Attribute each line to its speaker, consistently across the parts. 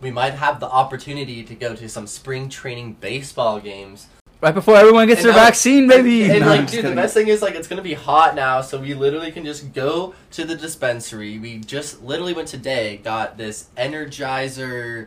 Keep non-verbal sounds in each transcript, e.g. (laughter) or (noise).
Speaker 1: we might have the opportunity to go to some spring training baseball games.
Speaker 2: Right before everyone gets
Speaker 1: And
Speaker 2: their
Speaker 1: now-
Speaker 2: vaccine, baby.
Speaker 1: And
Speaker 2: No, I'm
Speaker 1: like,
Speaker 2: just
Speaker 1: dude, the
Speaker 2: kidding.
Speaker 1: best thing is like it's gonna be hot now, so we literally can just go to the dispensary. We just literally went today, got this Energizer.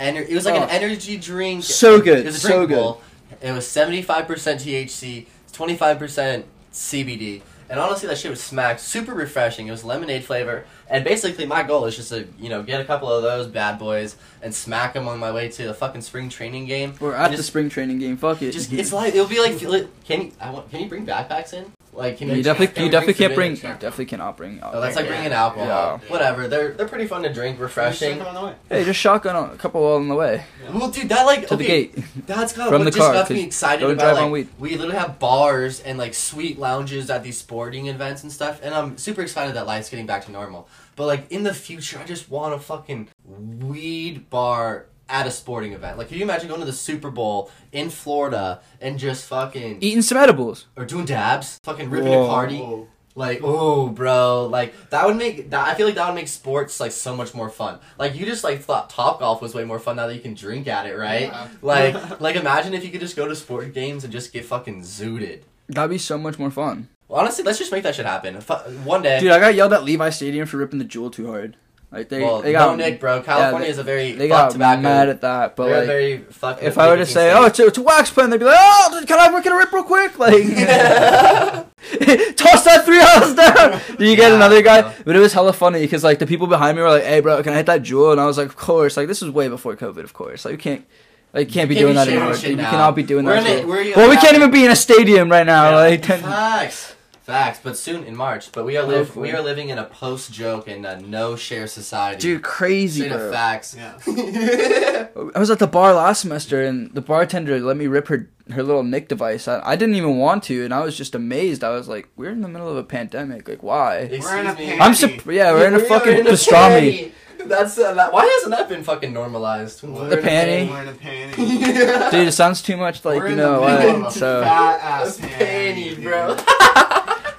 Speaker 1: Ener- it was like
Speaker 2: Oh.
Speaker 1: an energy drink.
Speaker 2: So good,
Speaker 1: It was
Speaker 2: so
Speaker 1: drinkable. It was seventy five percent THC, twenty five percent CBD. And honestly, that shit was smacked. Super refreshing. It was lemonade flavor, and basically, my goal is just to you know get a couple of those bad boys and smack them on my way to the fucking spring training game.
Speaker 2: We're
Speaker 1: And
Speaker 2: at the
Speaker 1: just-
Speaker 2: spring training game. Fuck it.
Speaker 1: just it's like it'll be like li- can you I want, can you bring backpacks in? Like can
Speaker 2: you definitely,
Speaker 1: can
Speaker 2: you
Speaker 1: we
Speaker 2: definitely can't
Speaker 1: forbidden
Speaker 2: bring. You
Speaker 1: drinks?
Speaker 2: definitely cannot bring. uh,
Speaker 1: Oh, that's like
Speaker 3: Yeah.
Speaker 1: bringing alcohol.
Speaker 3: Yeah.
Speaker 1: Whatever. They're they're pretty fun to drink, refreshing.
Speaker 3: Come on the way.
Speaker 2: Hey, just shotgun on, a couple on the way
Speaker 1: Well, dude, that like
Speaker 2: to the
Speaker 1: okay,
Speaker 2: gate. (laughs)
Speaker 1: That's kind of what
Speaker 2: From the
Speaker 1: just
Speaker 2: car,
Speaker 1: got
Speaker 2: 'cause
Speaker 1: me excited
Speaker 2: don't
Speaker 1: about
Speaker 2: drive
Speaker 1: like
Speaker 2: on weed.
Speaker 1: we literally have bars and like sweet lounges at these sporting events and stuff, and I'm super excited that life's getting back to normal. But like in the future, I just want a fucking weed bar at a sporting event. Like, can you imagine going to the Super Bowl in Florida and just fucking
Speaker 2: Eating some edibles.
Speaker 1: or doing dabs, fucking ripping
Speaker 2: Whoa.
Speaker 1: a party. Like, oh, bro, like that would make that. I feel like that would make sports like so much more fun. Like you just like thought Top Golf was way more fun now that you can drink at it, right?
Speaker 3: Yeah.
Speaker 1: Like, like imagine if you could just go to sport games and just get fucking zooted.
Speaker 2: That'd be so much more fun.
Speaker 1: Well, honestly, let's just make that shit happen. Fu- One day,
Speaker 2: Dude, I got yelled at Levi Stadium for ripping the jewel too hard. Like they,
Speaker 1: well,
Speaker 2: they got
Speaker 1: no Nick, bro. California
Speaker 2: they-
Speaker 1: is a very
Speaker 2: they
Speaker 1: fuck
Speaker 2: got
Speaker 1: tobacco.
Speaker 2: mad at that. But
Speaker 1: They're
Speaker 2: like,
Speaker 1: a very fuck.
Speaker 2: if I were to
Speaker 1: nicotine
Speaker 2: say,
Speaker 1: state.
Speaker 2: "Oh, it's a, it's a wax pen," they'd be like, "Oh, dude, can I can I rip real quick?" (laughs)
Speaker 1: (laughs)
Speaker 2: oh, Like. (laughs) Toss that three hours down. Do you get
Speaker 1: Yeah,
Speaker 2: another guy?
Speaker 1: bro.
Speaker 2: But it was hella funny because like the people behind me were like, "Hey, bro, can I hit that jewel?" And I was like, "Of course!" Like this was way before COVID, of course. Like you can't, like you can't be
Speaker 1: can't
Speaker 2: doing
Speaker 1: be
Speaker 2: that
Speaker 1: sharing
Speaker 2: anymore.
Speaker 1: shit
Speaker 2: dude. You
Speaker 1: now.
Speaker 2: cannot be doing
Speaker 1: We're in
Speaker 2: that.
Speaker 1: a-
Speaker 2: shit.
Speaker 1: we're-
Speaker 2: well, we
Speaker 1: yeah.
Speaker 2: can't even be in a stadium right now.
Speaker 1: Yeah.
Speaker 2: Like, (laughs)
Speaker 1: Facts. Facts, but soon in March. But we are live,
Speaker 2: Hopefully.
Speaker 1: we are living in a post joke and a no share society.
Speaker 2: dude, crazy.
Speaker 1: Straight up
Speaker 2: bro.
Speaker 1: facts. (laughs)
Speaker 3: Yeah.
Speaker 2: I was at the bar last semester, and the bartender let me rip her her little Nick device. I, I didn't even want to, and I was just amazed. I was like, "We're in the middle of a pandemic. Like, why?"
Speaker 1: Excuse
Speaker 3: We're in a
Speaker 1: me.
Speaker 3: pan-
Speaker 2: I'm sup- yeah, we're in a
Speaker 1: We are
Speaker 2: fucking
Speaker 1: in a
Speaker 2: pastrami.
Speaker 1: panty. That's uh, that, why hasn't that been fucking normalized?
Speaker 3: We're in a
Speaker 1: (laughs)
Speaker 2: panty.
Speaker 3: We're in a panty.
Speaker 1: panty. (laughs)
Speaker 2: Dude, it sounds too much like
Speaker 3: We're
Speaker 2: you
Speaker 3: in the
Speaker 2: know
Speaker 3: middle
Speaker 2: what.
Speaker 3: of a
Speaker 2: So,
Speaker 3: fat ass
Speaker 1: panty,
Speaker 3: panty,
Speaker 1: bro.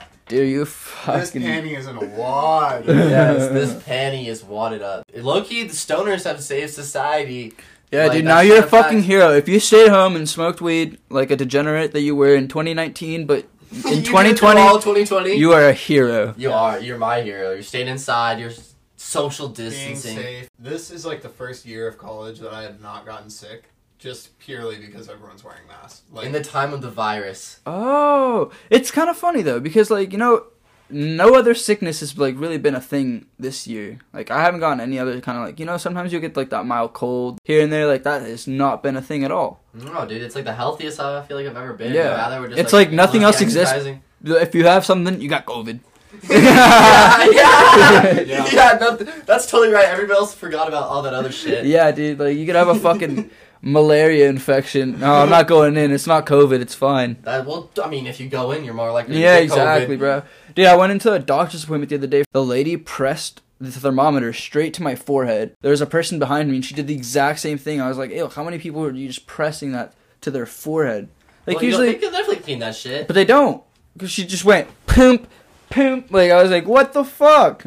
Speaker 2: (laughs)
Speaker 3: dude.
Speaker 2: dude, you
Speaker 3: This
Speaker 2: fucking
Speaker 3: panty is in a
Speaker 2: (laughs)
Speaker 3: wad.
Speaker 1: yes, this (laughs) panty is wadded up. Low key, the stoners have saved society.
Speaker 2: yeah,
Speaker 1: like, that's
Speaker 2: dude. Now you're a
Speaker 1: straight up
Speaker 2: fucking
Speaker 1: facts.
Speaker 2: hero. If you stayed home and smoked weed like a degenerate that you were in 2019, but
Speaker 1: (laughs) You did
Speaker 2: in
Speaker 1: it through all
Speaker 2: 2020,
Speaker 1: 2020,
Speaker 2: you are a hero.
Speaker 1: You are. You're my hero. You're staying inside. You're s- social
Speaker 3: Being
Speaker 1: distancing.
Speaker 3: safe. This is like the first year of college that I have not gotten sick, just purely because everyone's wearing masks. Like,
Speaker 1: In the time of the virus,
Speaker 2: Oh, it's kind of funny though because like you know, no other sickness has like really been a thing this year. Like I haven't gotten any other kind of like you know sometimes you'll get like that mild cold here and there like that has not been a thing at all.
Speaker 1: no, Oh, dude, it's like the healthiest I feel like I've ever been.
Speaker 2: Yeah.
Speaker 1: Rather, we're just,
Speaker 2: It's like nothing else exists. (laughs)
Speaker 1: exercising.
Speaker 2: If you have something, you got COVID.
Speaker 1: (laughs)
Speaker 2: (laughs)
Speaker 1: yeah, yeah,
Speaker 3: Yeah.
Speaker 1: yeah. no, th- that's totally right. Everybody else forgot about all that other shit.
Speaker 2: yeah, dude, like you could have
Speaker 1: (laughs)
Speaker 2: a fucking malaria infection. No, I'm not going in. It's not COVID. It's fine.
Speaker 1: That, well, I mean, if you go in, you're more likely.
Speaker 2: Yeah,
Speaker 1: to get COVID.
Speaker 2: exactly, bro. Dude, I went into a doctor's appointment the other day. The lady pressed the thermometer straight to my forehead. There was a person behind me, and she did the exact same thing. I was like, "Ew, how many people are you just pressing that to their forehead?" Like
Speaker 1: Well, you
Speaker 2: usually,
Speaker 1: don't- they can definitely clean that shit. (laughs)
Speaker 2: but they don't, because she just went pimp, pimp. Like I was like, "What the fuck?"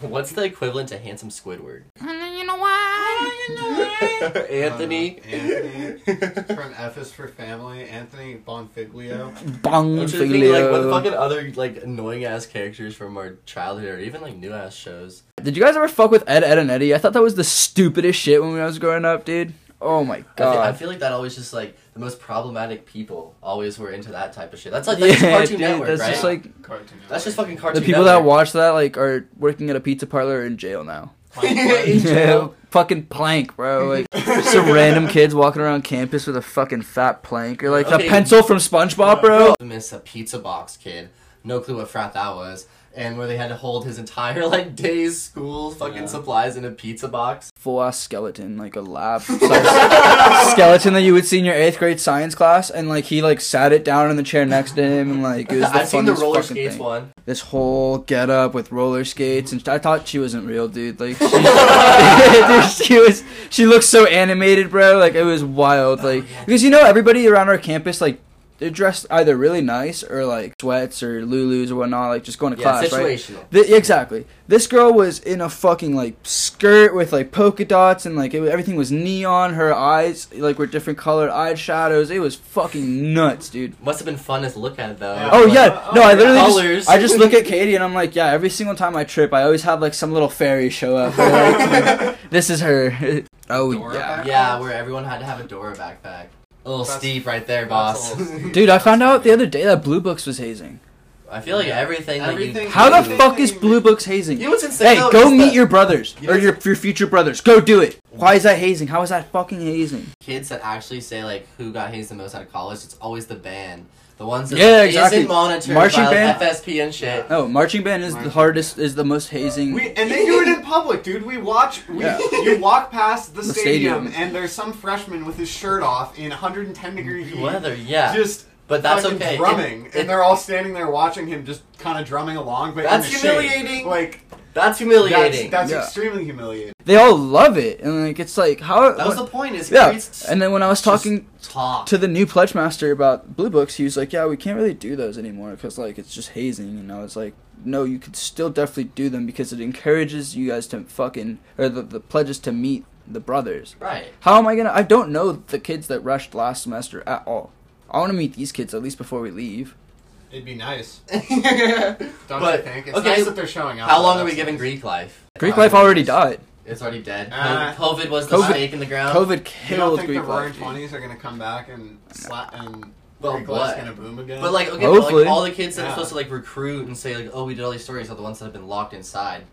Speaker 1: What's the equivalent to handsome Squidward?
Speaker 4: (laughs) You know why?
Speaker 1: (laughs) Anthony.
Speaker 3: Uh, Anthony. (laughs) from F is for Family, Anthony Bonfiglio.
Speaker 2: Bong.
Speaker 1: I'm trying to think, like what
Speaker 2: figlio.
Speaker 1: fucking other like annoying ass characters from our childhood or even like new ass shows.
Speaker 2: Did you guys ever fuck with Ed, Ed, and Eddie? I thought that was the stupidest shit when I was growing up, dude. Oh my
Speaker 1: I feel,
Speaker 2: god.
Speaker 1: I feel like that always just like the most problematic people always were into that type of shit. That's like that's just Cartoon Network,
Speaker 2: that's
Speaker 1: right?
Speaker 2: just like
Speaker 3: Cartoon
Speaker 1: that's just
Speaker 3: Network.
Speaker 1: fucking Cartoon
Speaker 2: the people
Speaker 1: Network.
Speaker 2: that watch that like are working at a pizza parlor or in
Speaker 1: (laughs)
Speaker 2: jail now. (laughs)
Speaker 3: Like,
Speaker 1: jail.
Speaker 2: fucking plank, bro. Like some random kids walking around campus with a fucking fat plank or like
Speaker 1: Okay.
Speaker 2: the pencil from SpongeBob, bro.
Speaker 1: Miss a pizza box kid. No clue what frat that was. And where they had to hold his entire like day's school fucking
Speaker 3: Yeah.
Speaker 1: supplies in a pizza
Speaker 2: (laughs)
Speaker 1: box.
Speaker 2: Full ass skeleton, like
Speaker 1: (laughs)
Speaker 2: a lab size skeleton that you would see in your eighth grade science class, and like he like sat it down in the chair next to him, and like it was
Speaker 1: (laughs)
Speaker 2: the
Speaker 1: I've seen the
Speaker 2: funniest
Speaker 1: roller
Speaker 2: fucking
Speaker 1: skates
Speaker 2: thing.
Speaker 1: one.
Speaker 2: This whole get up with roller skates, and I thought she wasn't real, dude. Like she, dude, she (laughs) was, she looked so animated, bro. Like it was wild, like because you know everybody around our campus like they're dressed either really nice or like sweats or lulus or whatnot, like just going to
Speaker 1: Yeah,
Speaker 2: class, right?
Speaker 1: situational.
Speaker 2: Th- exactly. This girl was in a fucking like skirt with like polka dots and like it, everything was neon. Her eyes like were different colored eyeshadows. It was fucking nuts, dude.
Speaker 1: Must have been fun as to look at though.
Speaker 3: Yeah.
Speaker 2: Oh
Speaker 1: Like,
Speaker 2: yeah,
Speaker 3: oh,
Speaker 2: no, I
Speaker 3: yeah.
Speaker 2: literally
Speaker 1: Colors.
Speaker 2: just, I just look at Katie and I'm like, yeah. Every single time I trip, I always have like some little fairy show up. Like, (laughs) this is her. oh
Speaker 3: Dora
Speaker 2: yeah,
Speaker 3: back?
Speaker 1: Yeah, where everyone had to have a Dora backpack. A little
Speaker 3: That's-
Speaker 1: steep right there, (laughs)
Speaker 3: That's
Speaker 1: boss.
Speaker 3: a little steep.
Speaker 2: dude. I found out the other day that Blue Books was hazing.
Speaker 1: (laughs) I feel like everything. That
Speaker 3: Everything-
Speaker 1: you,
Speaker 2: How the
Speaker 3: Hazing.
Speaker 2: fuck is Blue Books hazing?
Speaker 1: You know what's insane?
Speaker 2: Hey,
Speaker 1: though,
Speaker 2: go
Speaker 1: is
Speaker 2: meet
Speaker 1: that
Speaker 2: your brothers
Speaker 1: You know
Speaker 2: or
Speaker 1: what's-
Speaker 2: your, your future brothers. Go do it. Why is that hazing? How is that fucking hazing?
Speaker 1: kids that actually say like who got hazed the most out of college. It's always the band, the ones that
Speaker 2: Yeah, exactly.
Speaker 1: isn't monitored
Speaker 2: Marching
Speaker 1: by like,
Speaker 2: band.
Speaker 1: FSP and shit.
Speaker 2: No, Oh, marching band is the
Speaker 3: Marching
Speaker 2: hardest. Is the most hazing.
Speaker 1: (laughs)
Speaker 3: We, and they do it in public, dude. We watch. We,
Speaker 2: Yeah.
Speaker 3: (laughs) You walk past the,
Speaker 2: The
Speaker 3: stadium,
Speaker 2: stadium.
Speaker 3: and there's some freshman with his shirt off in 110 degree heat,
Speaker 1: Weather, yeah.
Speaker 3: just
Speaker 1: but that's
Speaker 3: fucking
Speaker 1: okay. It-
Speaker 3: drumming,
Speaker 1: it-
Speaker 3: and they're all standing there watching him, just kind of drumming along. But in
Speaker 1: That's
Speaker 3: the shade.
Speaker 1: humiliating.
Speaker 3: Like
Speaker 1: that's humiliating.
Speaker 3: That's, that's
Speaker 2: Yeah.
Speaker 3: extremely humiliating.
Speaker 2: they all love it, and like it's like how.
Speaker 1: that was the point. Is
Speaker 2: yeah.
Speaker 1: kids
Speaker 2: And then when I was
Speaker 1: just
Speaker 2: talking
Speaker 1: talk.
Speaker 2: to the new pledge master about blue books, he was like, "Yeah, we can't really do those anymore because like it's just hazing." And I was like, "No, you could still definitely do them because it encourages you guys to fucking or the, the pledges to meet the brothers."
Speaker 1: right. (laughs)
Speaker 2: How am I gonna? I don't know the kids that rushed last semester at all. I want to meet these kids at least before we leave.
Speaker 3: It'd be nice. Don't
Speaker 1: But,
Speaker 3: you think? It's
Speaker 1: okay,
Speaker 3: nice that they're showing up.
Speaker 1: How long
Speaker 3: though.
Speaker 1: are we
Speaker 3: That's
Speaker 1: giving
Speaker 3: nice.
Speaker 1: Greek life?
Speaker 2: Greek
Speaker 3: Five
Speaker 2: life already
Speaker 3: years.
Speaker 2: died.
Speaker 1: It's already dead.
Speaker 3: Ah.
Speaker 1: COVID was the
Speaker 2: COVID-
Speaker 1: snake in the ground.
Speaker 2: COVID
Speaker 3: You don't
Speaker 2: killed
Speaker 3: think
Speaker 2: Greek
Speaker 3: the
Speaker 2: life.
Speaker 3: roaring twenties are gonna come back and slap and
Speaker 1: But
Speaker 3: Greek life's
Speaker 1: what?
Speaker 3: gonna boom again?
Speaker 1: But like okay, but,
Speaker 2: Hopefully.
Speaker 1: like all the kids that are
Speaker 3: Yeah.
Speaker 1: supposed to like recruit and say like, oh, we did all these stories are the ones that have been locked inside.